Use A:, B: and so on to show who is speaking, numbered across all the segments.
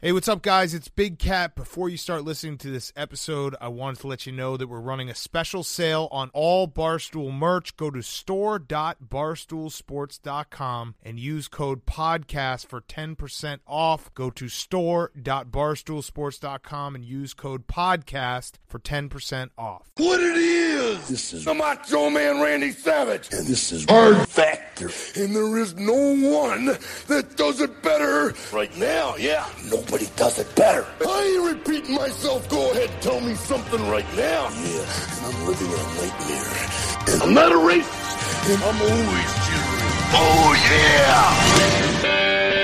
A: Hey, what's up, guys? It's Big Cat. Before you start listening to this episode, I wanted to let you know that we're running a special sale on all Barstool merch. Go to store.barstoolsports.com and use code PODCAST for 10% off. Go to store.barstoolsports.com and use code PODCAST for 10% off.
B: What it is? This is the Macho Man Randy Savage,
C: And this is
B: Hard
C: Factor.
B: and there is no one that does it better right now. Yeah,
C: Nobody does it better.
B: I ain't repeating myself. Go ahead, tell me something right now.
C: Yeah, and I'm living a nightmare. And
B: I'm not a racist. and I'm always cheering. Oh yeah!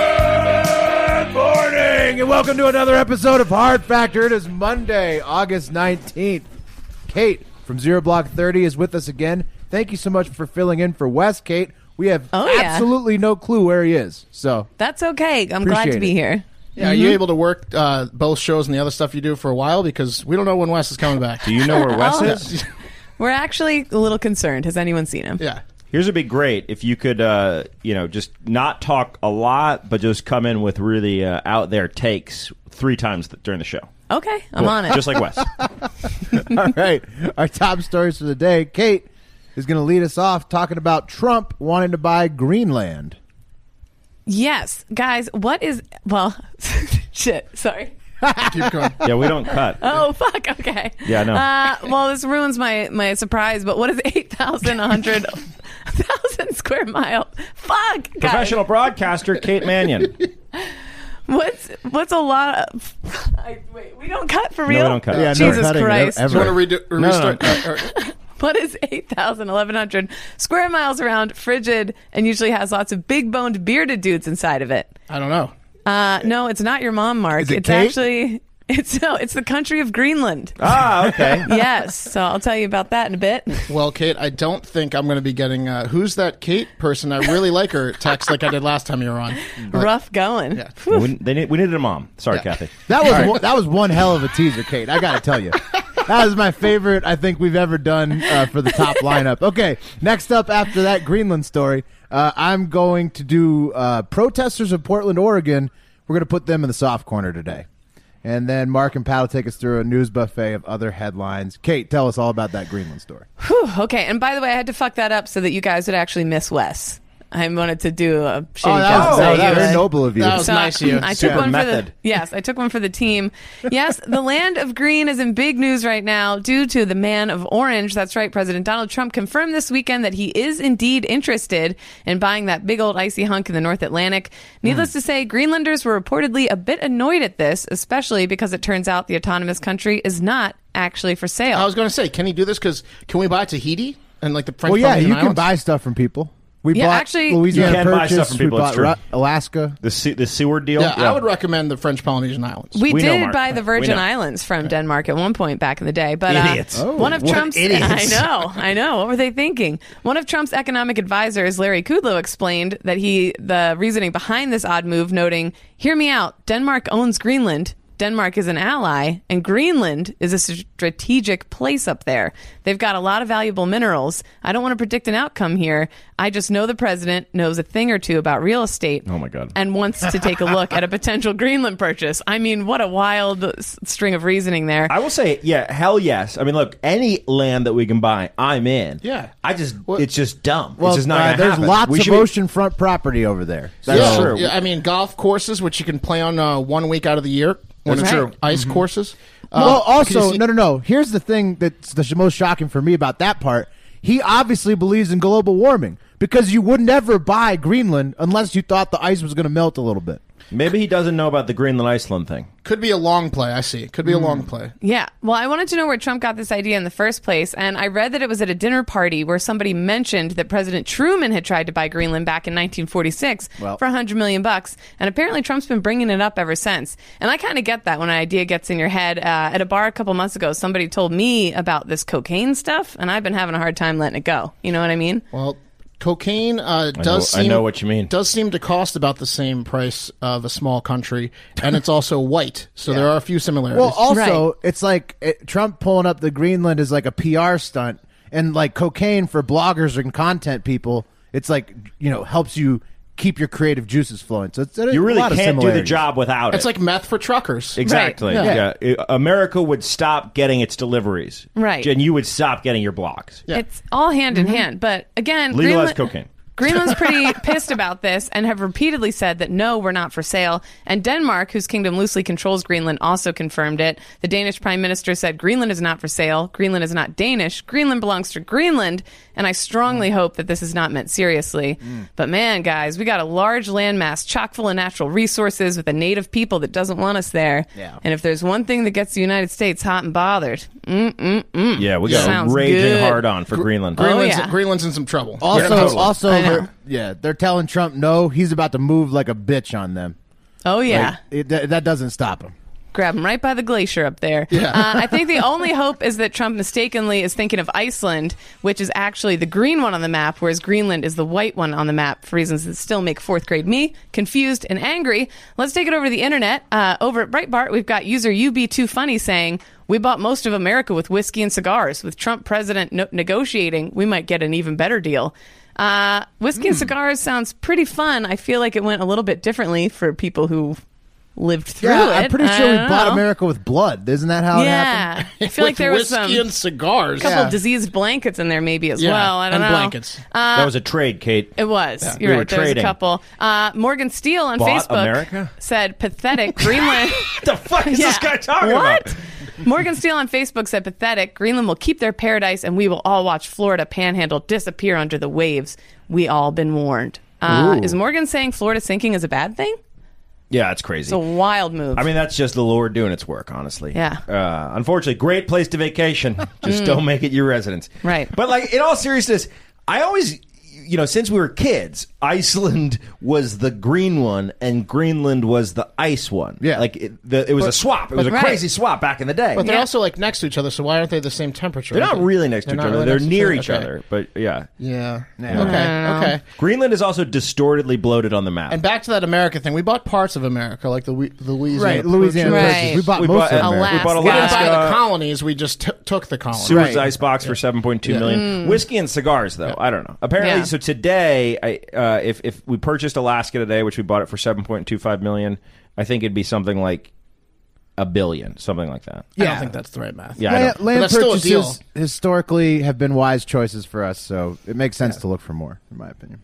D: Good morning, and welcome to another episode of Hard Factor. It is Monday, August 19th. Kate from Zero Block 30 is with us again. Thank you so much for filling in for Wes, Kate. We have
E: Oh, yeah.
D: absolutely no clue where he is. So,
E: That's okay. I'm glad
D: Appreciate
E: to be
D: it.
E: here.
F: Yeah, are you able to work uh, both shows and the other stuff you do for a while? Because we don't know when Wes is coming back. Oh,
G: Do you know where Wes is?
E: We're actually a little concerned. Has anyone seen him?
F: yeah.
G: Here's would be great if you could, uh, you know, just not talk a lot, but just come in with really uh, out there takes three times th- during the show.
E: Okay, I'm on it.
G: Just like Wes.
D: all right, our top stories for the day. Kate is going to lead us off talking about Trump wanting to buy Greenland.
E: yes, guys. What is well? shit. Sorry.
F: Keep going.
G: yeah, we don't cut.
E: Oh fuck. Okay.
G: Yeah, I know.
E: Uh, well, this ruins my my surprise. But what is eight thousand one hundred thousand square mile? Fuck. guys.
G: Professional broadcaster Kate Mannion.
E: What's what's a lot of? I, wait, we don't cut for real.
G: we don't cut. Yeah, no
E: Jesus
D: cutting
E: Christ.
D: ever.
F: Do you want to redo,
G: no,
F: restart?
G: no.
F: All right, all right.
E: What is 8,000, 1,100 square miles around, frigid, and usually has lots of big boned bearded dudes inside of it?
F: I don't know.
E: Uh, no, it's not your mom, Mark.
A: it
E: it's
A: Kate?
E: actually it's no, it's the country of Greenland.
G: Ah, okay.
E: yes, so I'll tell you about that in a bit.
F: Well, Kate, I don't think I'm going to be getting uh, who's that Kate person. I really like her text like I did last time you were on. But
E: Rough going.
F: Yeah.
G: we, they need, we needed a mom. Sorry,
F: Yeah.
G: Kathy.
D: That was one, that was one hell of a teaser, Kate. I got to tell you, that was my favorite. I think we've ever done uh, for the top lineup. Okay, next up after that Greenland story, uh, I'm going to do uh, protesters of Portland, Oregon. We're going to put them in the soft corner today, and then Mark and Pat will take us through a news buffet of other headlines. Kate, tell us all about that Greenland story.
E: Whew, okay, and by the way, I had to fuck that up so that you guys would actually miss Wes. I wanted to do a shitty job.
D: that was,
F: Oh,
D: that was
F: yeah.
D: very noble of you.
F: That was
E: So
F: nice of you.
E: I took
G: Super
E: one for
G: method.
E: the yes, I took one for the team. Yes, the land of green is in big news right now due to the man of orange. That's right, President Donald Trump confirmed this weekend that he is indeed interested in buying that big old icy hunk in the North Atlantic. Needless
F: Hmm.
E: to say, Greenlanders were reportedly a bit annoyed at this, especially because it turns out the autonomous country is not actually for sale.
F: I was going to say, can he do this? Because can we buy Tahiti and like the French?
D: Well, yeah,
F: Polynesian
D: you can
F: Islands?
D: buy stuff from people. We
E: Yeah,
D: bought
E: actually-
D: Louisiana
G: You can buy
D: Purchase.
G: stuff from people,
D: we
G: it's
D: bought
G: true.
D: Ru- Alaska.
G: The, se- the Seward deal.
F: Yeah, I would recommend the French Polynesian Islands.
E: We,
G: We know,
E: did
G: Mark.
E: buy the
G: We
E: Virgin
G: know.
E: Islands from Denmark at one point back in the day, but uh,
G: Idiots.
D: Oh,
E: one of
D: what
E: Trump's I know, I know. What were they thinking? One of Trump's economic advisors, Larry Kudlow, explained that he the reasoning behind this odd move, noting, "Hear me out. Denmark owns Greenland." Denmark is an ally, and Greenland is a strategic place up there. They've got a lot of valuable minerals. I don't want to predict an outcome here. I just know the president knows a thing or two about real estate
G: Oh, my God.
E: and wants to take a look at a potential Greenland purchase. I mean, what a wild s- string of reasoning there.
G: I will say, yeah, hell yes. I mean, look, any land that we can buy, I'm in.
F: Yeah.
G: I just, it's just dumb.
D: Well,
G: it's just not
D: uh,
G: gonna
D: there's
G: happen.
D: lots
G: We
D: of
G: should be-
D: oceanfront property over there.
G: That's
F: yeah.
G: true.
F: Yeah, I mean, golf courses, which you can play on uh, one week out of the year. When
E: That's
F: it's
E: true.
F: Ice courses. Uh,
D: well,
F: could you
D: also,
F: see-
D: no, no, no. Here's the thing that's the most shocking for me about that part. He obviously believes in global warming because you would never buy Greenland unless you thought the ice was going to melt a little bit.
G: Maybe he doesn't know about the Greenland Iceland thing.
F: Could be a long play. I see. Could be a long play.
E: Yeah. Well, I wanted to know where Trump got this idea in the first place. And I read that it was at a dinner party where somebody mentioned that President Truman had tried to buy Greenland back in 1946
D: Well.
E: for 100 million bucks. And apparently Trump's been bringing it up ever since. And I kind of get that when an idea gets in your head. Uh, at a bar a couple months ago, somebody told me about this cocaine stuff, and I've been having a hard time letting it go. You know what I mean?
F: Well, cocaine uh, does
G: I
F: seem,
G: know what you mean.
F: does seem to cost about the same price of a small country, and it's also white, so there are a few similarities.
D: Well, also, it's like it, Trump pulling up the Greenland is like a PR stunt, and like cocaine for bloggers and content people, it's like you know helps you keep your creative juices flowing. So it's
G: You really can't do the job without it.
F: it's like meth for truckers.
G: Oh, Exactly.
F: Right.
G: Yeah.
F: Yeah.
G: I- America would stop getting its deliveries.
E: Right.
G: And you would stop getting your blocks.
E: It's all hand in hand. But again,
G: Legalize
E: Greenland-
G: cocaine.
E: Greenland's pretty pissed about this and have repeatedly said that no, we're not for sale. And Denmark, whose kingdom loosely controls Greenland, also confirmed it. The Danish prime minister said Greenland is not for sale. Greenland is not Danish. Greenland belongs to Greenland. And I strongly hope that this is not meant seriously. But man, guys, we got a large landmass chock full of natural resources with a native people that doesn't want us there.
D: Yeah.
E: And if there's one thing that gets the United States hot and bothered,
G: Yeah, we got
E: Hmm. Sounds
G: a raging
E: good. Uh,
G: hard on for Greenland.
F: Greenland's,
E: yeah.
F: Greenland's in some trouble.
D: Also,
G: totally.
D: also,
E: I know.
D: they're, yeah, they're telling Trump no. He's about to move like a bitch on them.
E: oh yeah.
D: Like, it, that, that doesn't stop him.
E: grab him right by the glacier up there. Uh, I think the only hope is that Trump mistakenly is thinking of Iceland, which is actually the green one on the map, whereas Greenland is the white one on the map for reasons that still make fourth grade me confused and angry. Let's take it over to the internet. Uh, over at Breitbart, we've got user UB2Funny saying, we bought most of America with whiskey and cigars. With Trump president no- negotiating, we might get an even better deal. Uh, whiskey and cigars sounds pretty fun. I feel like it went a little bit differently for people who lived through
D: Yeah,
E: it.
D: I'm pretty
E: I
D: sure we
E: don't
D: bought
E: know.
D: America with blood. Isn't that how it happened?
E: Yeah, I feel like
F: With
E: there was some
F: whiskey and cigars.
E: couple diseased blankets in there maybe as
F: Yeah,
E: well. I don't
F: and
E: know.
F: blankets.
D: Um,
G: that was a trade, Kate.
E: It was. You're
G: we were
E: right. There was a
G: trading.
E: couple. Uh, Morgan Steele on
G: Bought
E: Facebook
G: America?
E: said, "Pathetic Greenland."
G: the fuck is this guy talking
E: what?
G: about?
E: Morgan Steele on Facebook said, "Pathetic. Greenland will keep their paradise, and we will all watch Florida Panhandle disappear under the waves. We all been warned." Uh, is Morgan saying Florida sinking is a bad thing?
G: Yeah, it's crazy.
E: It's a wild move.
G: I mean, that's just the Lord doing its work, honestly.
E: Yeah. Mm.
G: Uh, unfortunately, great place to vacation. Just don't make it your residence.
E: Right.
G: But, like, in all seriousness, I always, you know, since we were kids, Iceland was the green one and Greenland was the ice one.
D: Yeah.
G: Like, it, the, it was a swap. It was a
E: Right.
G: crazy swap back in the day.
F: But they're
E: Yeah.
F: also like next to each other, so why aren't they the same temperature?
G: they're not really next to
F: They're
G: each
F: not
G: other.
F: really
G: they're
F: next to
G: near each
F: Okay.
G: other. But, yeah.
F: Yeah.
D: Yeah.
F: Okay. Okay.
G: Greenland is also distortedly bloated on the map.
F: And back to that America thing. We bought parts of America, like the Wi- the Louisiana.
D: Right, Louisiana
E: Right.
D: purchase. We bought
G: we
D: most of
G: bought, we
D: America.
E: Alaska.
G: bought
E: We didn't
F: We didn't buy the
G: Alaska.
F: colonies. We just t- took the colonies.
G: Seward's
D: Right.
G: ice box for seven point two
F: Yeah.
G: million. Whiskey and cigars, though. I don't know. Apparently,
E: Yeah.
G: so today, I, uh, if if we purchased Alaska today, which we bought it for seven point two five million, I think it'd be something like a billion, something like that.
F: I don't
D: Yeah.
F: think that's the right math.
G: Yeah, I
D: Land,
G: don't-
D: land
F: that's still a deal.
D: purchases historically have been wise choices for us, so it makes sense to look for more, in my opinion.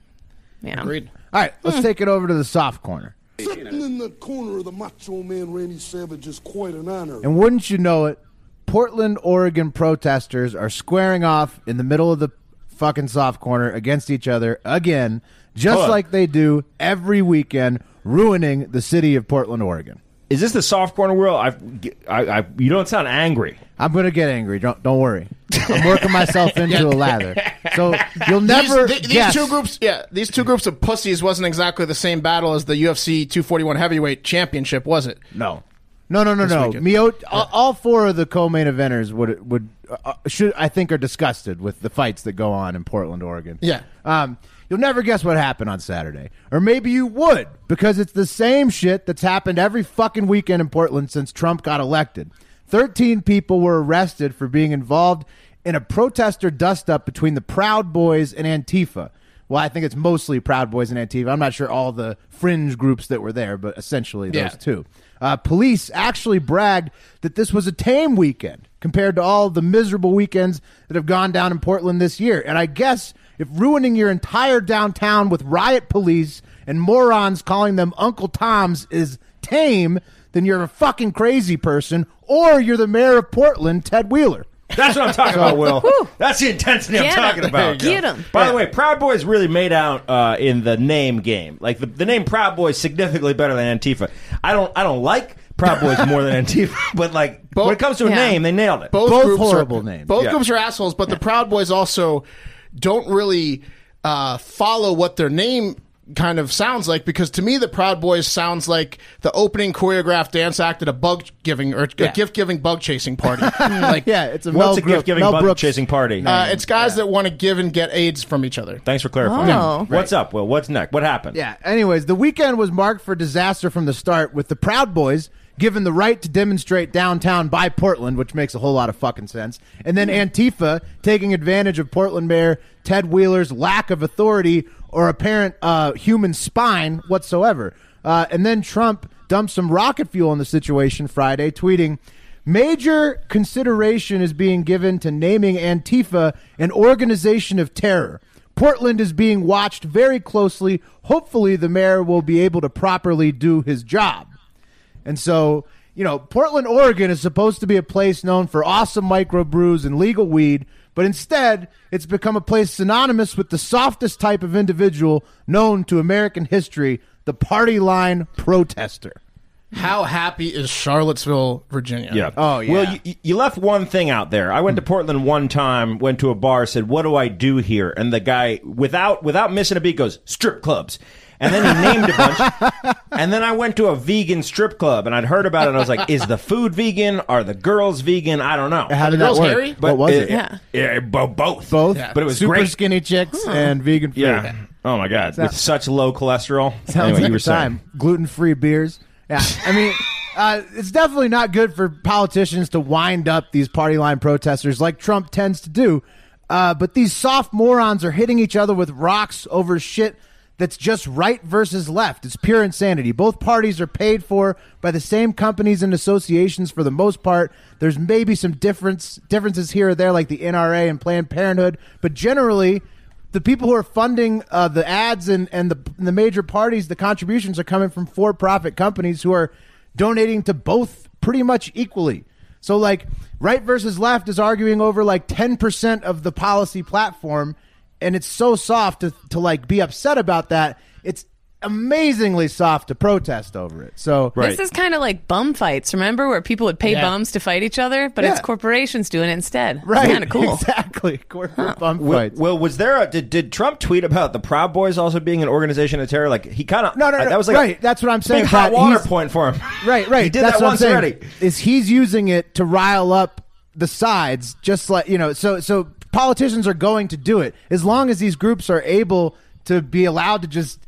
E: yeah.
F: Agreed.
D: All right, let's take it over to the soft corner.
B: Sitting in the corner of the macho man Randy Savage is quite an honor.
D: And wouldn't you know it, Portland, Oregon protesters are squaring off in the middle of the fucking soft corner against each other again, just
G: Hold on.
D: like they do every weekend, ruining the city of Portland, Oregon.
G: Is this the soft corner world? I've, I, I, you don't sound angry.
D: I'm gonna get angry. Don't, don't worry. I'm working myself into a lather. So you'll never
F: these, th- these
D: guess.
F: two groups, yeah, these two groups of pussies wasn't exactly the same battle as the UFC 241 heavyweight championship, was it?
G: No,
D: No, no, no, no.
F: weekend.
D: Mio, all, all four of the co-main eventers would would uh, should I think are disgusted with the fights that go on in Portland, Oregon.
F: Yeah.
D: Um, you'll never guess what happened on Saturday, or maybe you would, because it's the same shit that's happened every fucking weekend in Portland since Trump got elected. Thirteen people were arrested for being involved in a protester dust-up between the Proud Boys and Antifa. Well, I think it's mostly Proud Boys and Antifa. I'm not sure all the fringe groups that were there, but essentially those
F: Yeah.
D: two. Uh, police actually bragged that this was a tame weekend compared to all the miserable weekends that have gone down in Portland this year. And I guess if ruining your entire downtown with riot police and morons calling them Uncle Toms is tame, then you're a fucking crazy person, or you're the mayor of Portland, Ted Wheeler.
G: that's what I'm talking about, Will. That's the intensity I'm
E: Get 'em.
G: talking about.
E: There you go. Get 'em.
G: By the way, Proud Boys really made out uh, in the name game. Like the, the name Proud Boys significantly better than Antifa. I don't I don't like Proud Boys more than Antifa, but like when it comes to a
E: Yeah.
G: name, they nailed it.
F: both,
D: Both
F: groups
D: horrible
F: are,
D: names.
F: Both
G: Yeah.
F: groups are assholes, but the Proud Boys also don't really uh, follow what their name kind of sounds like because to me the Proud Boys sounds like the opening choreographed dance act at a bug giving or a gift giving bug chasing party. like
D: Yeah, it's a Mel,
G: What's a
D: Brook-
G: gift giving
D: Mel
G: bug
D: Brooks.
G: chasing party?
F: uh, it's guys that want to give and get AIDS from each other.
G: Thanks for clarifying.
E: Oh. Yeah,
G: What's up, Will? What's next? What happened?
D: Yeah. Anyways, the weekend was marked for disaster from the start with the Proud Boys given the right to demonstrate downtown by Portland, which makes a whole lot of fucking sense. And then Antifa taking advantage of Portland Mayor Ted Wheeler's lack of authority or apparent uh, human spine whatsoever. Uh, and then Trump dumped some rocket fuel on the situation Friday, tweeting. Major consideration is being given to naming Antifa an organization of terror. Portland is being watched very closely. Hopefully, the mayor will be able to properly do his job. And so, you know, Portland, Oregon is supposed to be a place known for awesome microbrews and legal weed, but instead, it's become a place synonymous with the softest type of individual known to American history, the party line protester.
F: How happy is Charlottesville, Virginia?
G: Yeah.
D: Oh, yeah. Hmm.
G: Well, you, you left one thing out there. I went to Portland one time, went to a bar, said, "What do I do here?" And the guy, without without missing a beat, goes, "Strip clubs." And then he named a bunch. And then I went to a vegan strip club, and I'd heard about it. And I was like, "Is the food vegan? Are the girls vegan? I don't know."
D: How did that
F: girls
D: work?
F: hairy?
D: What was it?
E: Yeah.
G: yeah, bo- both,
D: Both,
G: But it was
D: super
G: great.
D: skinny chicks and vegan food.
G: Yeah. Oh my god, with such low cholesterol.
D: Sounds
G: Anyway,
D: like
G: you were
D: a time. Gluten free beers. Yeah, I mean, uh, it's definitely not good for politicians to wind up these party line protesters like Trump tends to do. Uh, but these soft morons are hitting each other with rocks over shit that's just right versus left. It's pure insanity. Both parties are paid for by the same companies and associations for the most part. There's maybe some difference differences here or there, like the NRA and Planned Parenthood, but generally the people who are funding uh, the ads and, and the, the major parties, the contributions are coming from for profit companies who are donating to both pretty much equally. So, like, right versus left is arguing over like 10% of the policy platform. And it's so soft to, to like be upset about that. It's amazingly soft to protest over it. So,
G: Right.
E: This is kind of like bum fights, remember, where people would pay bums to fight each other, but it's
D: Yeah.
E: corporations doing it instead.
D: right.
E: Kind of cool.
D: Exactly. Corporate bum
G: Well,
D: fights.
G: well, was there a did, did Trump tweet about the Proud Boys also being an organization of terror? Like he kind of
D: No, no, no,
G: That was like
D: right, that's what I'm saying,
G: Big hot
D: Pat.
G: water
D: He's-
G: point for him.
D: Right, right.
G: He did
D: That's
G: that
D: what
G: once
D: I'm saying,
G: already.
D: Is he's using it to rile up the sides, just like you know. So, so politicians are going to do it as long as these groups are able to be allowed to just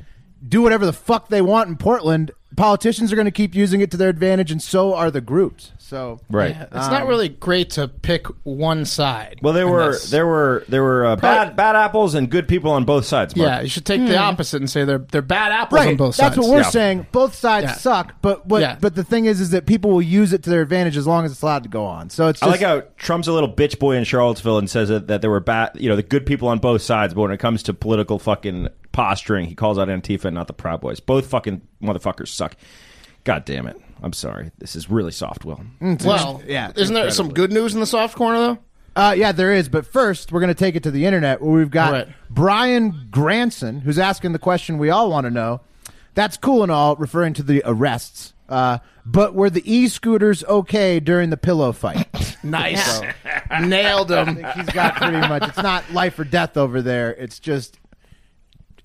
D: do whatever the fuck they want in Portland. Politicians are going to keep using it to their advantage, and so are the groups. So,
G: Right.
F: Yeah, It's
D: Um,
F: not really great to pick one side.
G: Well, there
F: in
G: were
F: this.
G: there were there were uh, bad bad apples and good people on both sides. Mark.
F: Yeah, you should take the opposite and say they're they're bad apples
D: Hmm. Right,
F: on both sides.
D: that's what we're
G: Yeah.
D: saying. Both sides
F: Yeah.
D: suck, but what,
F: Yeah.
D: but the thing is, is that people will use it to their advantage as long as it's allowed to go on. So it's
G: I
D: just,
G: like how Trump's a little bitch boy in Charlottesville and says that, that there were bad, you know, the good people on both sides, but when it comes to political fucking posturing, he calls out Antifa and not the Proud Boys. Both fucking motherfuckers suck. God damn it. I'm sorry. This is really soft, Will.
D: Mm,
F: well,
D: yeah,
F: yeah. Isn't there some good news in the soft corner though?
D: Uh, yeah, there is. But first, we're going to take it to the internet where we've got
F: All right.
D: Brian Granson, who's asking the question we all want to know. That's cool and all, referring to the arrests. Uh, but were the e scooters okay during the pillow fight?
F: Nice, nailed him.
D: He's got pretty much. It's not life or death over there. It's just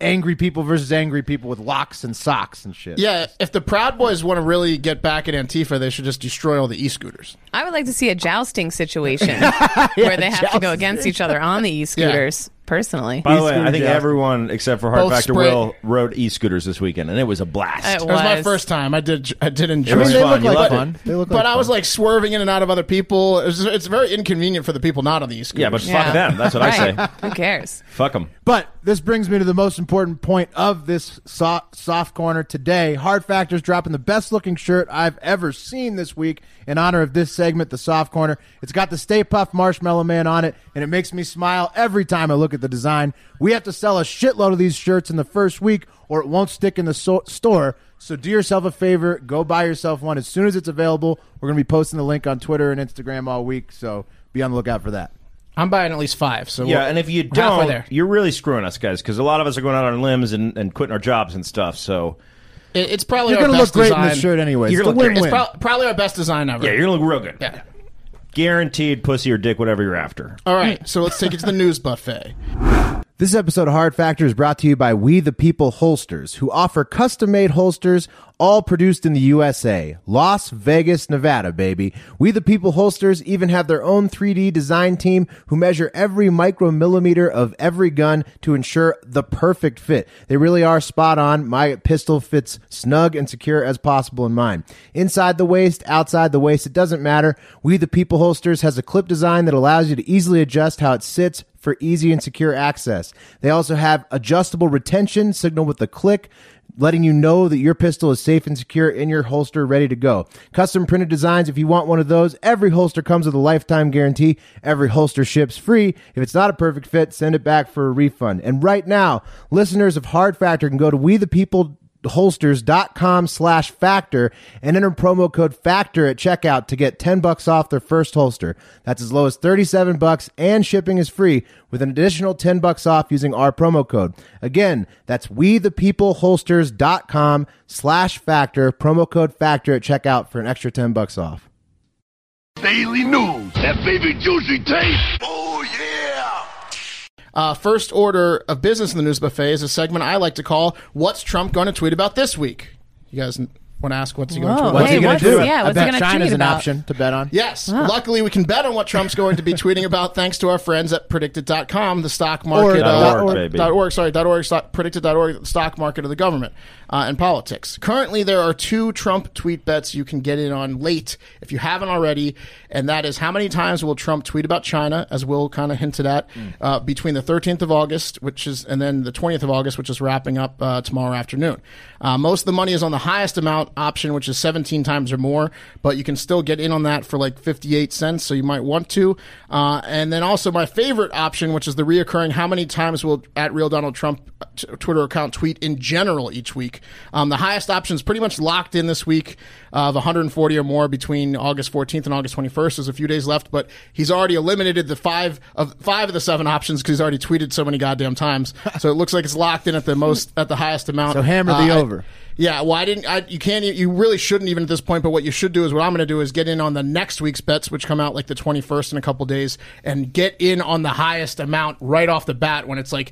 D: angry people versus angry people with locks and socks and shit.
F: Yeah, if the Proud Boys want to really get back at Antifa, they should just destroy all the e-scooters.
E: I would like to see a jousting situation where they have to go against each other on the e scooters, personally.
G: By the way, I
D: E-scooter
G: think
D: joust.
G: everyone except for Hard
F: Both
G: Factor
F: spray-
G: Will rode e scooters this weekend, and it was a blast.
E: It
F: It was, my first time. I did I did enjoy
G: It was
D: they
G: fun.
D: look
G: You
D: like
G: loved
D: fun.
G: it.
D: They look
F: but
D: like
F: I was
D: fun.
F: like swerving in and out of other people. It was, it's very inconvenient for the people not on the e-scooters.
G: Yeah, but fuck them. That's what
E: Right.
G: I say.
E: Who cares?
G: Fuck them.
D: But this brings me to the most important point of this soft, soft corner today. Hard Factor's dropping the best looking shirt I've ever seen this week in honor of this segment, the soft corner. It's got the Stay Puff Marshmallow Man on it, and it makes me smile every time I look at the design. We have to sell a shitload of these shirts in the first week, or it won't stick in the so- store. So do yourself a favor, go buy yourself one as soon as it's available. We're going to be posting the link on Twitter and Instagram all week, so be on the lookout for that.
F: I'm buying at least five. So
G: Yeah,
F: we're-
G: and if you
F: we're halfway
G: don't,
F: there.
G: you're really screwing us, guys, because a lot of us are going out on limbs and, and quitting our jobs and stuff. So
F: It- it's probably
D: You're
F: our
D: going to look
F: best
D: great
F: design.
D: in this shirt anyway. It's
G: You're
D: a
G: gonna look
D: win-win.
G: great.
F: It's pro- probably our best design ever.
G: yeah, you're gonna look real good.
F: Yeah.
G: Guaranteed pussy or dick, whatever you're after.
F: All right, so let's take it to the news buffet.
D: This episode of Hard Factor is brought to you by We the People Holsters, who offer custom made holsters all produced in the USA, Las Vegas, Nevada, baby. We the People Holsters even have their own 3D design team who measure every micromillimeter of every gun to ensure the perfect fit. They really are spot on. My pistol fits snug and secure as possible in mine. Inside the waist, outside the waist, it doesn't matter. We the People Holsters has a clip design that allows you to easily adjust how it sits for easy and secure access. They also have adjustable retention signal with a click, letting you know that your pistol is safe and secure in your holster ready to go. Custom printed designs if you want one of those. Every holster comes with a lifetime guarantee. Every holster ships free. If it's not a perfect fit, send it back for a refund. And right now, listeners of Hard Factor can go to we the people holsters.com slash factor and enter promo code factor at checkout to get 10 bucks off their first holster that's as low as 37 bucks and shipping is free with an additional 10 bucks off using our promo code again that's we the people holsters.com slash factor promo code factor at checkout for an extra 10 bucks off
C: Daily news. That baby juicy taste. Oh, yeah.
F: Uh, first order of business in the news buffet is a segment I like to call "What's Trump going to tweet about this week?" You guys want to ask what's he going to
E: Whoa.
F: tweet? about?
E: What's he Hey, gonna what's- do? yeah,
D: I
E: what's he
D: bet
E: gonna
D: China's
E: tweet
D: an
E: about?
D: option to bet on
F: Yes. Luckily, we can bet on what Trump's going to be tweeting about thanks to our friends at predicted.com, the stock market.
D: Or
G: dot
F: uh,
G: org,
F: uh,
G: baby.
F: dot org, sorry, dot org, stock, predicted.org, the stock market of the government uh, and politics. Currently, there are two Trump tweet bets you can get in on late if you haven't already, and that is how many times will Trump tweet about China, as Will kind of hinted at,
G: Hmm.
F: uh, between the 13th of August, which is, and then the 20th of August, which is wrapping up uh, tomorrow afternoon. Uh, most of the money is on the highest amount option, which is 17 times or more, but you can still get in on that for like 58 cents, so you might want to. Uh, and then also my favorite option, which is the reoccurring how many times will at real Donald Trump uh, t- Twitter account tweet in general each week. Um, the highest option is pretty much locked in this week of 140 or more between August 14th and August 21st. There's a few days left, but he's already eliminated the five of five of the seven options because he's already tweeted so many goddamn times. so it looks like it's locked in at the most at the highest amount. Uh,
D: So hammer the
F: I-
D: over.
F: yeah, well, I didn't. I, you can't. You really shouldn't even at this point. But what you should do is what I'm going to do is get in on the next week's bets, which come out like the 21st in a couple days, and get in on the highest amount right off the bat when it's like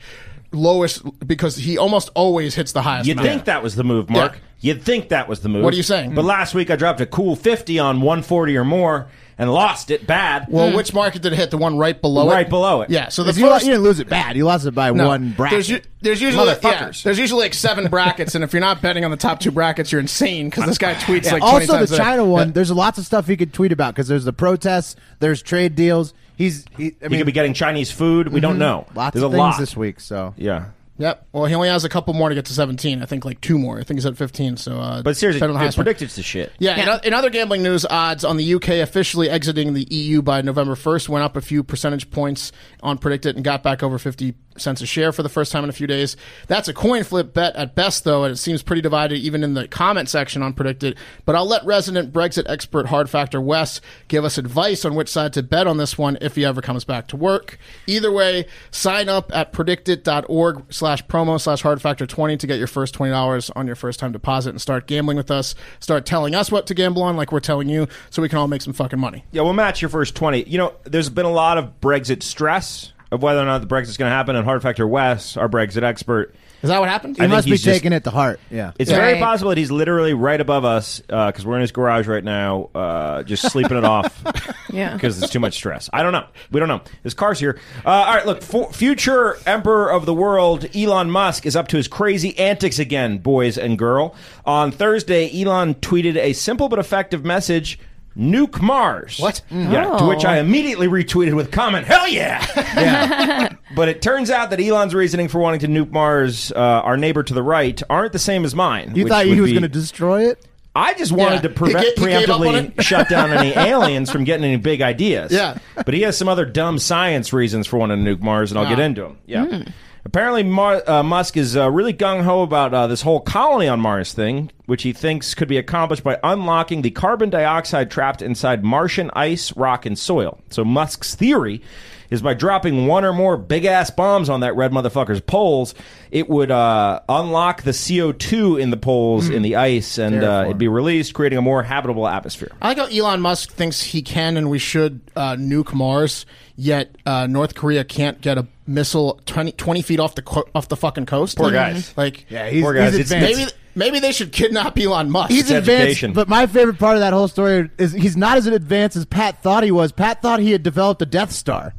F: lowest because he almost always hits the highest.
G: You'd
F: amount.
G: think that was the move, Mark.
F: Yeah.
G: You'd think that was the move.
F: What are you saying?
G: But last week I dropped a cool 50 on 140 or more and lost it bad.
F: Well,
D: Hmm.
F: which market did it hit? The one right below it.
G: Right below it.
F: Yeah. So the
D: you, lo-
F: first,
D: you didn't lose it bad you lost it by
F: No.
D: one bracket
F: There's, u- there's usually yeah,
D: Motherfuckers.
F: there's usually like seven brackets, and if you're not betting on the top two brackets, you're insane because this guy tweets like 20
D: also
F: times
D: the
F: a-
D: China
F: Yeah.
D: one. There's lots of stuff he could tweet about because there's the protests, there's trade deals. He's he, I
G: He
D: mean,
G: could be getting Chinese food. We don't know.
D: lots
G: There's
D: of
G: a
D: things
G: lot.
D: this week. So
G: Yeah.
F: Yep. Well, he only has a couple more to get to 17. I think like two more. I think he's at 15. So, uh,
G: But seriously,
F: depending on the
G: it
F: highest one.
G: predicted the shit.
F: Yeah, in o- In, other gambling news, odds on the UK officially exiting the EU by November 1st went up a few percentage points on Predicted and got back over 50 cents a share for the first time in a few days. That's a coin flip bet at best, though, and it seems pretty divided even in the comment section on Predicted. But I'll let resident Brexit expert Hard Factor Wes give us advice on which side to bet on this one if he ever comes back to work. Either way, sign up at predictit.org slash promo slash hard factor 20 to get your first $20 on your first time deposit and start gambling with us. Start telling us what to gamble on like we're telling you so we can all make some fucking money.
G: Yeah, we'll match your first 20. You know, there's been a lot of Brexit stress of whether or not the Brexit's going to happen. And Hard Factor West, our Brexit expert,
F: Is that what happened?
D: he
G: think
D: must be
G: he's just-
D: taking it to heart. Yeah,
G: It's
E: Yeah.
G: very
E: Right.
G: possible that he's literally right above us because we're in his garage right now, uh, just sleeping it off.
E: Yeah.
G: because it's too much stress. I don't know. We don't know. His car's here. Uh, all right, look, fu- future emperor of the world, Elon Musk, is up to his crazy antics again, boys and girl. On Thursday, Elon tweeted a simple but effective message. Nuke Mars. What? Yeah. To
E: Oh.
G: which I immediately retweeted with comment, "Hell yeah!" But it turns out that Elon's reasoning for wanting to nuke Mars, uh, our neighbor to the right, aren't the same as mine.
D: you
G: which
D: thought he
G: would
D: was
G: be-
D: going to destroy it.
G: I just wanted
F: Yeah.
G: to preve-
F: He ga- he gave up on
G: preemptively
F: it?
G: shut down any aliens from getting any big ideas.
F: Yeah.
G: But he has some other dumb science reasons for wanting to nuke Mars, and I'll get
D: Ah.
G: into them. Yeah.
D: Hmm.
G: Apparently, Mar- uh, Musk is uh, really gung ho about uh, this whole colony on Mars thing, which he thinks could be accomplished by unlocking the carbon dioxide trapped inside Martian ice, rock, and soil. So, Musk's theory is by dropping one or more big ass bombs on that red motherfucker's poles, it would uh, unlock the CO2 in the poles,
D: Hmm.
G: in the ice, and uh, it'd be released, creating a more habitable atmosphere.
F: I like how Elon Musk thinks he can and we should uh, nuke Mars, yet uh, North Korea can't get a missile 20, 20 feet off the co- off the fucking coast.
G: Poor
F: Like-
G: guys.
F: Like
G: Yeah,
D: he's-
G: Poor guys,
D: he's
G: it's-
D: advanced.
F: maybe maybe they should kidnap Elon Musk.
D: He's advanced,
G: education.
D: but my favorite part of that whole story is he's not as advanced as Pat thought he was. Pat thought he had developed a Death Star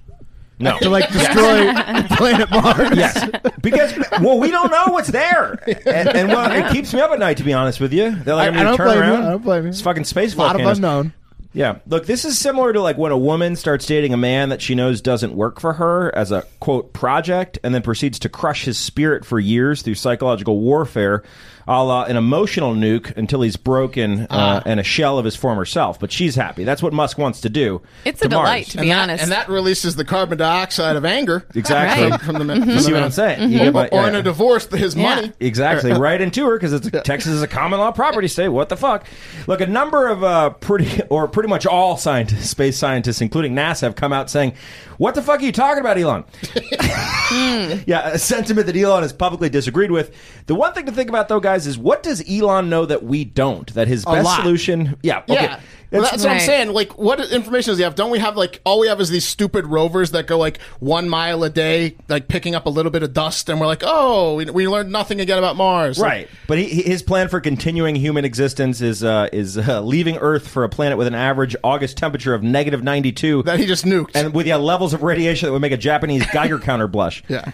G: no.
D: to like destroy planet Mars.
G: Yes, because well, we don't know what's there, and, and well, it keeps me up at night. To be honest with you, they're like,
D: I-
G: I'm gonna
D: I don't
G: turn
D: blame you.
G: around.
D: I don't blame you.
G: It's fucking space
D: a lot of
G: volcanoes.
D: unknown.
G: Yeah, look, this is similar to like when a woman starts dating a man that she knows doesn't work for her as a quote project, and then proceeds to crush his spirit for years through psychological warfare, a la an emotional nuke until he's broken uh,
D: Ah.
G: and a shell of his former self. But she's happy. That's what Musk wants to do.
E: It's
G: to
E: a
G: Mars.
E: delight, to be
F: and that,
E: honest.
F: and that releases the carbon dioxide of anger.
G: Exactly.
F: From, from the, ma- from
G: You
F: the
G: see what
D: Mm-hmm.
F: man.
G: I'm saying? You get my-
F: Or, or in
G: yeah.
F: a divorce, his
E: Yeah.
F: money.
G: Exactly, right into her because it's Texas is a common law property state. What the fuck? Look, a number of uh, pretty or pretty much all scientists, space scientists, including NASA, have come out saying, "What the fuck are you talking about, Elon?" yeah, a sentiment that Elon has publicly disagreed with. The one thing to think about, though, guys, is what does Elon know that we don't? That his best
D: lot.
G: solution, yeah, okay.
F: Yeah. Well,
G: It's-
F: that's what I'm
E: Right.
F: saying. Like, what information does he have? Don't we have like all we have is these stupid rovers that go like one mile a day, like picking up a little bit of dust, and we're like, oh, we, we learned nothing again about Mars. Like,
G: Right, but he, he- his plan for continuing human existence is uh, is uh, leaving Earth for a planet with an average August temperature of negative ninety two.
F: that he just nuked.
G: and with yeah, levels of radiation that would make a Japanese Geiger counter blush.
F: yeah.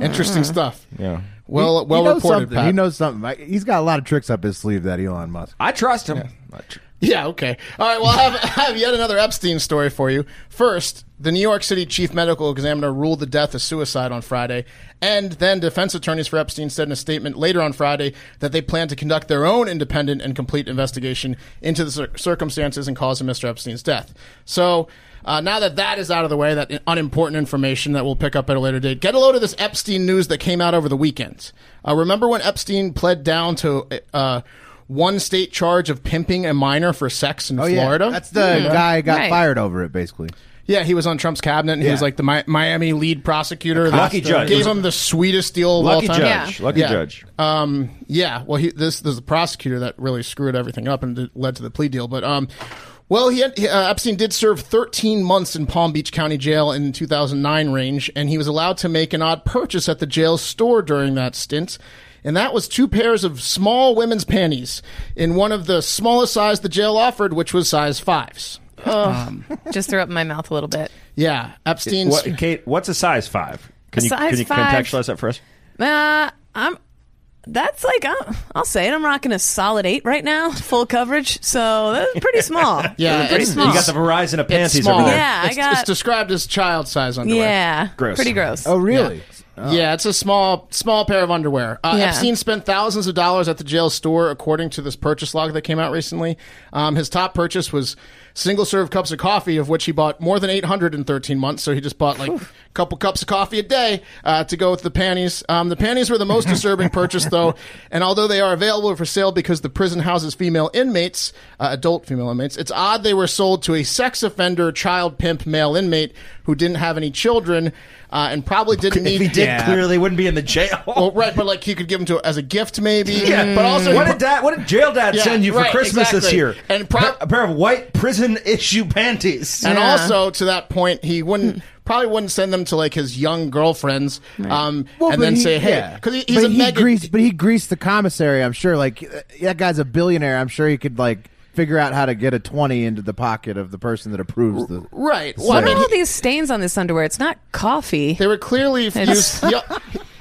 F: Interesting stuff.
G: Yeah.
F: Well, well
D: he knows
F: reported.
D: something.
F: Pat.
D: He knows something. Like, He's got a lot of tricks up his sleeve. That Elon Musk.
G: I trust him.
F: Yeah, okay. All right, well, I have, I have yet another Epstein story for you. First, the New York City chief medical examiner ruled the death a suicide on Friday, and then defense attorneys for Epstein said in a statement later on Friday that they plan to conduct their own independent and complete investigation into the cir- circumstances and cause of Mr. Epstein's death. So, uh, now that that is out of the way, that unimportant information that we'll pick up at a later date, get a load of this Epstein news that came out over the weekend. Uh, remember when Epstein pled down to uh, one state charge of pimping a minor for sex in Florida.
D: Oh, That's the guy got
E: Right.
D: fired over it. Basically,
F: yeah, he was on Trump's cabinet and he was like the Mi- Miami lead prosecutor.
G: Lucky
F: That
G: judge.
F: Gave him the sweetest deal of all
G: Lucky
F: time.
G: judge.
E: Yeah.
G: Lucky
F: Yeah.
G: judge.
F: Um, yeah, well, he, this there's a prosecutor that really screwed everything up and it led to the plea deal. But um, well, he had, he- uh, Epstein did serve 13 months in Palm Beach County Jail in 2009 range, and he was allowed to make an odd purchase at the jail's store during that stint. And that was two pairs of small women's panties in one of the smallest size the jail offered, which was size fives.
E: Just threw up in my mouth a little bit.
F: Yeah, Epstein's.
G: What, Kate, what's a size five? Can
E: A
G: you
E: size
G: can you
E: five.
G: contextualize that for us?
E: Uh, I'm. That's like uh, I'll say it. I'm rocking a solid eight right now, full coverage. So that's pretty small.
F: Yeah,
E: pretty
F: it's-
E: small.
G: You got the Verizon of
F: it's
G: panties
F: small.
G: over there.
E: Yeah, I
F: it's,
E: got-
F: it's described as child size underwear.
E: yeah,
G: Gross.
E: Pretty gross.
D: oh really?
F: Yeah, it's a small small pair of underwear. Uh,
E: Yeah.
F: Epstein spent thousands of dollars at the jail store, according to this purchase log that came out recently. Um, his top purchase was single serve cups of coffee, of which he bought more than 800 in 13 months. So he just bought like a couple cups of coffee a day uh, to go with the panties. Um, the panties were the most disturbing purchase, though, and although they are available for sale because the prison houses female inmates, uh, adult female inmates, it's odd they were sold to a sex offender, child pimp, male inmate who didn't have any children uh, and probably didn't
G: If
F: need.
G: he did, clearly he wouldn't be in the jail.
F: Well, right, but like he could give them to as a gift, maybe. Mm.
G: Yeah,
F: but also
G: what did dad? What did jail dad
F: Yeah,
G: send you for
F: right,
G: Christmas this
F: exactly.
G: year?
F: And prob-
G: a pair of white prison issue panties.
F: and
E: Yeah.
F: also to that point, he wouldn't probably wouldn't send them to like his young girlfriends, um, and
D: but
F: then
D: he-
F: say, "Hey,"
D: yeah.
F: because he, he's
D: but
F: a
D: he
F: mega.
D: greased, but he greased the commissary. I'm sure. Like uh, that guy's a billionaire. I'm sure he could like figure out how to get a twenty into the pocket of the person that approves the.
F: right? Well, I
E: what
F: mean,
E: are all
F: he-
E: these stains on this underwear? It's not coffee.
F: they were clearly
E: It's-
F: used. yeah,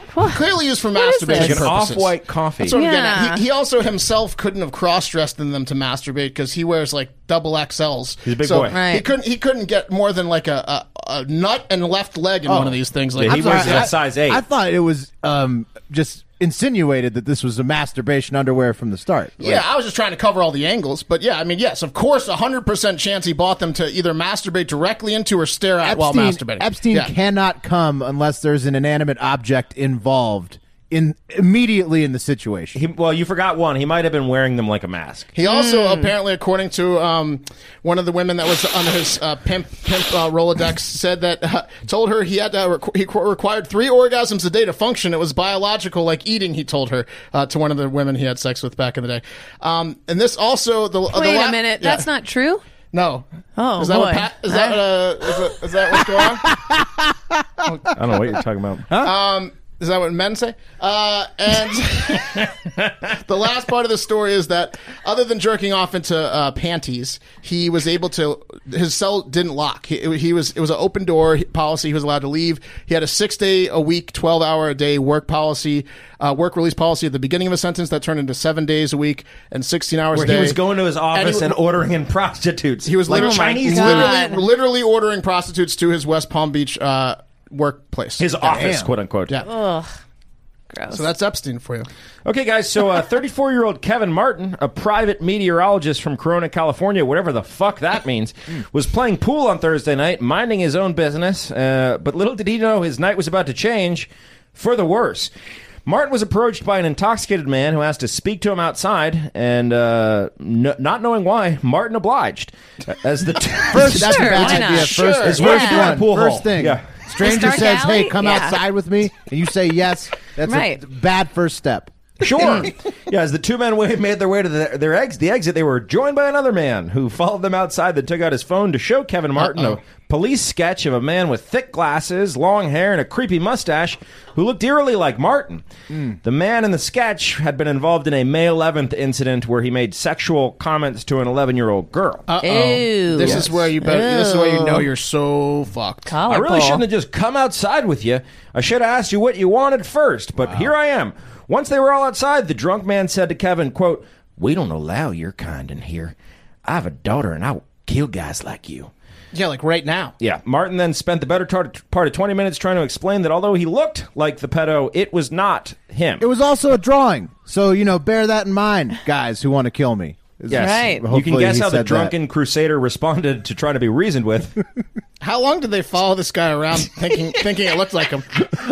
F: clearly used for masturbation
E: this?
G: like an
E: Like
F: purposes.
G: off-white coffee.
F: That's what I'm getting at.
E: Yeah.
F: He, he also himself couldn't have cross-dressed in them to masturbate because he wears like double XLs. He's
G: a big boy.
F: He
E: Right.
F: couldn't. He couldn't get more than like a, a, a nut and left leg in one of these things. Like
G: Yeah, he
F: I'm
G: wears
F: sorry,
G: a
F: I-
G: size eight.
D: I thought it was um, just insinuated that this was a masturbation underwear from the start. Like,
F: Yeah, I was just trying to cover all the angles, but yeah, I mean, yes, of course, a hundred percent chance he bought them to either masturbate directly into or stare at while masturbating.
D: Epstein
F: yeah.
D: cannot come unless there's an inanimate object involved in immediately in the situation.
G: He, well, you forgot one. He might have been wearing them like a mask.
F: He also
D: Hmm.
F: apparently, according to um, one of the women that was on his uh, pimp pimp uh, rolodex, said that uh, told her he had to uh, requ- he qu- required three orgasms a day to function. It was biological, like eating. He told her uh, to one of the women he had sex with back in the day. Um, and this also the the
E: Wait
F: la-
E: a minute.
F: yeah.
E: That's not true.
F: no.
E: Oh,
F: is that what
E: boy.
F: Pat, is that uh, is, that, is that what's going on?
G: I don't know what you're talking about. Huh?
F: Um, Is that what men say? Uh, and the last part of the story is that other than jerking off into uh, panties, he was able to. His cell didn't lock. He, he was it was an open door policy. He was allowed to leave. He had a six day a week, twelve hour a day work policy, uh, work release policy at the beginning of a sentence that turned into seven days a week and sixteen hours.
G: Where
F: a day.
G: he was going to his
F: And
G: office
F: he-
G: and, ordering in prostitutes.
F: he was
G: like
F: literally,
G: Chinese
E: God.
F: literally, literally ordering prostitutes to his West Palm Beach uh, workplace.
G: His office, quote unquote.
F: Yeah.
E: Gross.
F: so that's Epstein for you.
G: Okay, guys. So, uh, 34-year-old Kevin Martin, a private meteorologist from Corona, California, whatever the fuck that means,
D: Mm.
G: was playing pool on Thursday night, minding his own business. Uh, but little did he know his night was about to change for the worse. Martin was approached by an intoxicated man who asked to speak to him outside, and uh, n- not knowing why, Martin obliged. As the
D: First, that's
E: Sure,
D: a bad
E: why
D: idea.
E: not?
D: First,
E: Sure,
D: first
E: yeah. Worst
G: one, pool
D: first
G: hall.
D: thing.
G: Yeah.
D: Stranger
E: Dark
D: says,
E: alley?
D: "Hey, come
E: Yeah.
D: outside with me," and you say yes. That's a
E: Right.
D: bad first step.
G: Sure. yeah, as the two men wa- made their way to the, their ex- the exit, they were joined by another man who followed them outside That took out his phone to show Kevin Martin a police sketch of a man with thick glasses, long hair, and a creepy mustache who looked eerily like Martin. The man in the sketch had been involved in a May 11th incident where he made sexual comments to an 11 year old girl.
E: Ew.
F: This is where you better. This is where you know you're so fucked.
G: I really
E: Colorful.
G: shouldn't have just come outside with you. I should have asked you what you wanted first, but here I am. Once they were all outside, the drunk man said to Kevin, quote, We don't allow your kind in here. I have a daughter and I will kill guys like you.
F: Yeah, like right now.
G: Yeah. Martin then spent the better tar- part of 20 minutes trying to explain that although he looked like the pedo, it was not him.
D: It was also a drawing, so you know, bear that in mind, guys who want to kill me.
G: Yes.
E: Right.
G: You can
D: Hopefully
G: guess
D: he
G: how the
D: said that.
G: drunken crusader responded to trying to be reasoned with.
F: How long did they follow this guy around thinking thinking it looked like him?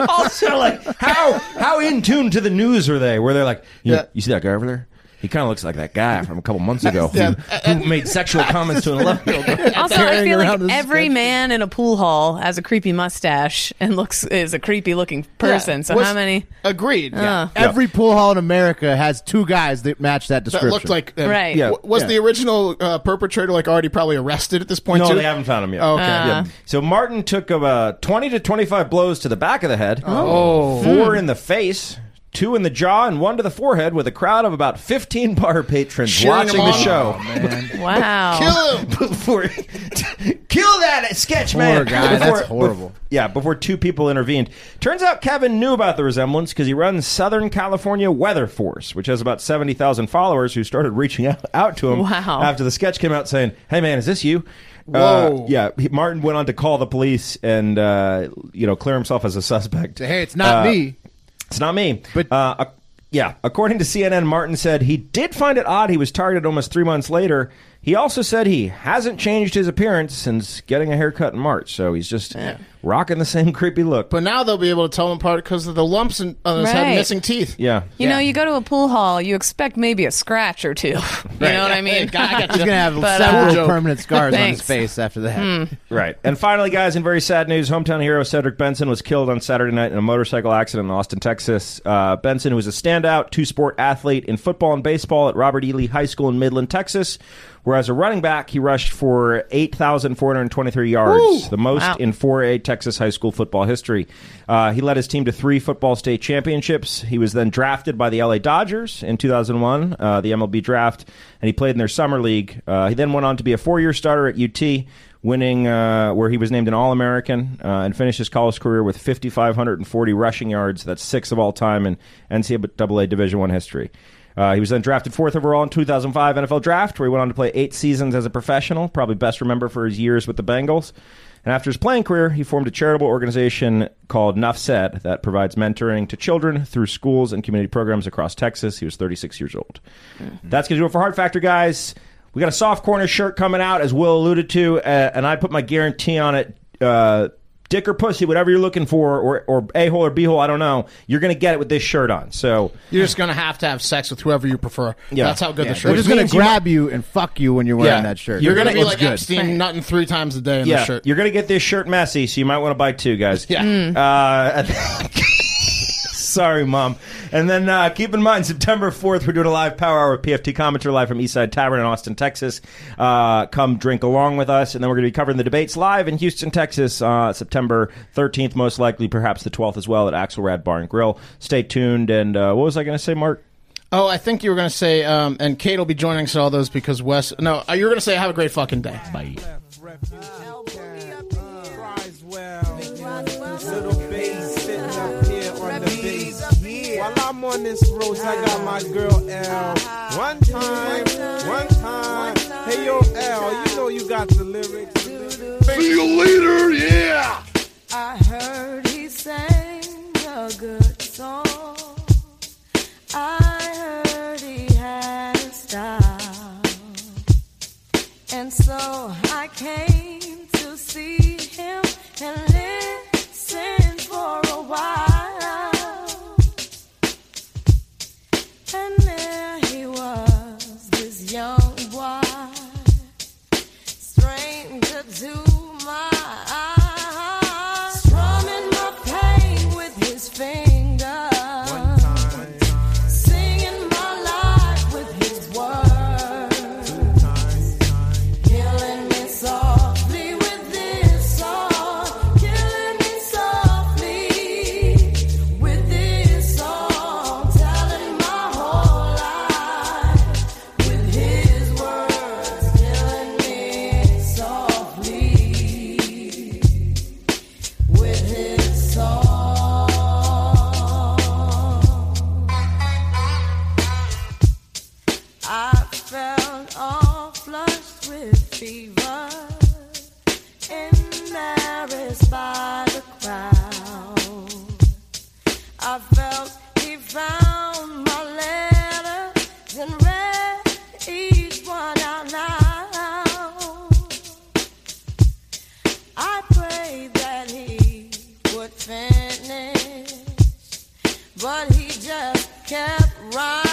G: also, like, how how in tune to the news are they? Where they're like, you,
F: Yeah.
G: you see that guy over there? He kind of looks like that guy from a couple months ago who,
F: Yeah.
G: who made sexual comments to an 11 year old.
E: Also, I
D: carrying
E: feel like
D: around this
E: every
D: sketch.
E: man in a pool hall has a creepy mustache and looks is a creepy looking person. So
F: Was-
E: how many? Uh.
F: Agreed. Yeah.
D: Every pool hall in America has two guys that match that
F: That
D: description.
F: looked like him.
E: Right.
G: Yeah.
F: W- was
G: Yeah.
F: the original uh, perpetrator like already probably arrested at this point?
G: No,
F: too?
G: they haven't found him yet.
F: Oh, okay.
G: Yeah. So Martin took about 20 to 25 blows to the back of the head, oh. four in the face, two in the jaw, and one to the forehead, with a crowd of about 15 bar patrons
F: Cheering
G: watching
F: him
G: the
F: on. Oh,
G: show.
E: Wow.
F: Kill him.
G: before kill that sketch man.
D: Poor guy, that's
G: bef-
D: horrible.
G: yeah, before two people intervened. Turns out Kevin knew about the resemblance because he runs Southern California Weather Force, which has about seventy thousand followers who started reaching out, out to him
E: Wow.
G: after the sketch came out, saying, "Hey man, is this you?"
F: Whoa.
G: Uh, yeah, he, Martin went on to call the police and uh, you know clear himself as a suspect.
D: "Hey, it's not
G: Uh,
D: me."
G: it's not me.
D: But-
G: uh, ac- yeah, according to CNN, Martin said he did find it odd he was targeted almost three months later. He also said he hasn't changed his appearance since getting a haircut in March, so he's just rocking the same creepy look.
F: But now they'll be able to tell him apart because of the lumps in, on his head,
E: Right.
F: and missing teeth.
G: yeah,
E: You know, you go to a pool hall, you expect maybe a scratch or two. You know what I
F: Hey,
E: mean?
F: God, I got
D: He's
F: you.
D: gonna have
E: But, uh,
D: several
F: joke.
D: permanent scars on his
E: Thanks. Hmm.
D: face after that.
G: right. And finally, guys, in very sad news, hometown hero Cedric Benson was killed on Saturday night in a motorcycle accident in Austin, Texas. Uh, Benson, who was a standout two-sport athlete in football and baseball at Robert E. Lee High School in Midland, Texas, where as a running back, he rushed for 8,423 yards, the most
E: Wow.
G: in 4A Texas high school football history. Uh, he led his team to three football state championships. He was then drafted by the LA Dodgers in 2001, uh, the MLB draft, and he played in their summer league. Uh, he then went on to be a four year starter at UT, winning uh, where he was named an All American uh, and finished his college career with 5,540 rushing yards. That's sixth of all time in NCAA Division One history. Uh, he was then drafted fourth overall in 2005 NFL Draft, where he went on to play eight seasons as a professional, probably best remembered for his years with the Bengals. And after his playing career, he formed a charitable organization called Nuff Said that provides mentoring to children through schools and community programs across Texas. He was 36 years old. That's going to do it for Heart Factor, guys. We got a soft corner shirt coming out, as Will alluded to, uh, and I put my guarantee on it. Uh, dick or pussy, whatever you're looking for, or, or a hole or b hole, I don't know. You're going to get it with this shirt on. So
F: You're just gonna have to have sex with whoever you prefer.
G: Yeah.
F: That's how good
G: Yeah,
F: the
D: They're
F: shirt.
D: just
F: is.
D: gonna
G: means you
D: grab you and fuck you when you're wearing that shirt.
F: You're
D: It
F: gonna be
D: looks
F: like
D: good.
F: Epstein, nutting three times a day in
G: yeah,
F: the shirt.
G: you're Mm. going to get this shirt messy, so you might want to buy two, guys.
F: Yeah.
G: Uh, Sorry, Mom. And then uh, keep in mind, September 4th, we're doing a live power hour with PFT Commenter live from Eastside Tavern in Austin, Texas. Uh, come drink along with us. And then we're going to be covering the debates live in Houston, Texas, uh, September 13th, most likely, perhaps the 12th as well at Axelrad Bar and Grill. Stay tuned. And uh, what was I going to say, Mark?
F: Oh, I think you were going to say, um, and Kate will be joining us at all those because Wes. No, uh, you were going to say, have a great fucking day. Bye.
H: While I'm on this roast, I got my girl L. One time, one time. Hey, yo, L, you know you got the lyrics.
C: See you later, yeah!
I: I heard he sang a good song. I heard he had a style. And so I came to see him and listen for a while. And there he was, this young boy stranger to my eyes. Strumming my pain with his fingers. Singing my life with his words. Killing me softly with this song. Killing me softly with this song. Telling my whole life with his words killing me softly with his song I fell all flushed with fever embarrassed by the crowd I felt he found my letters and read each one out loud. I prayed that he would finish, but he just kept right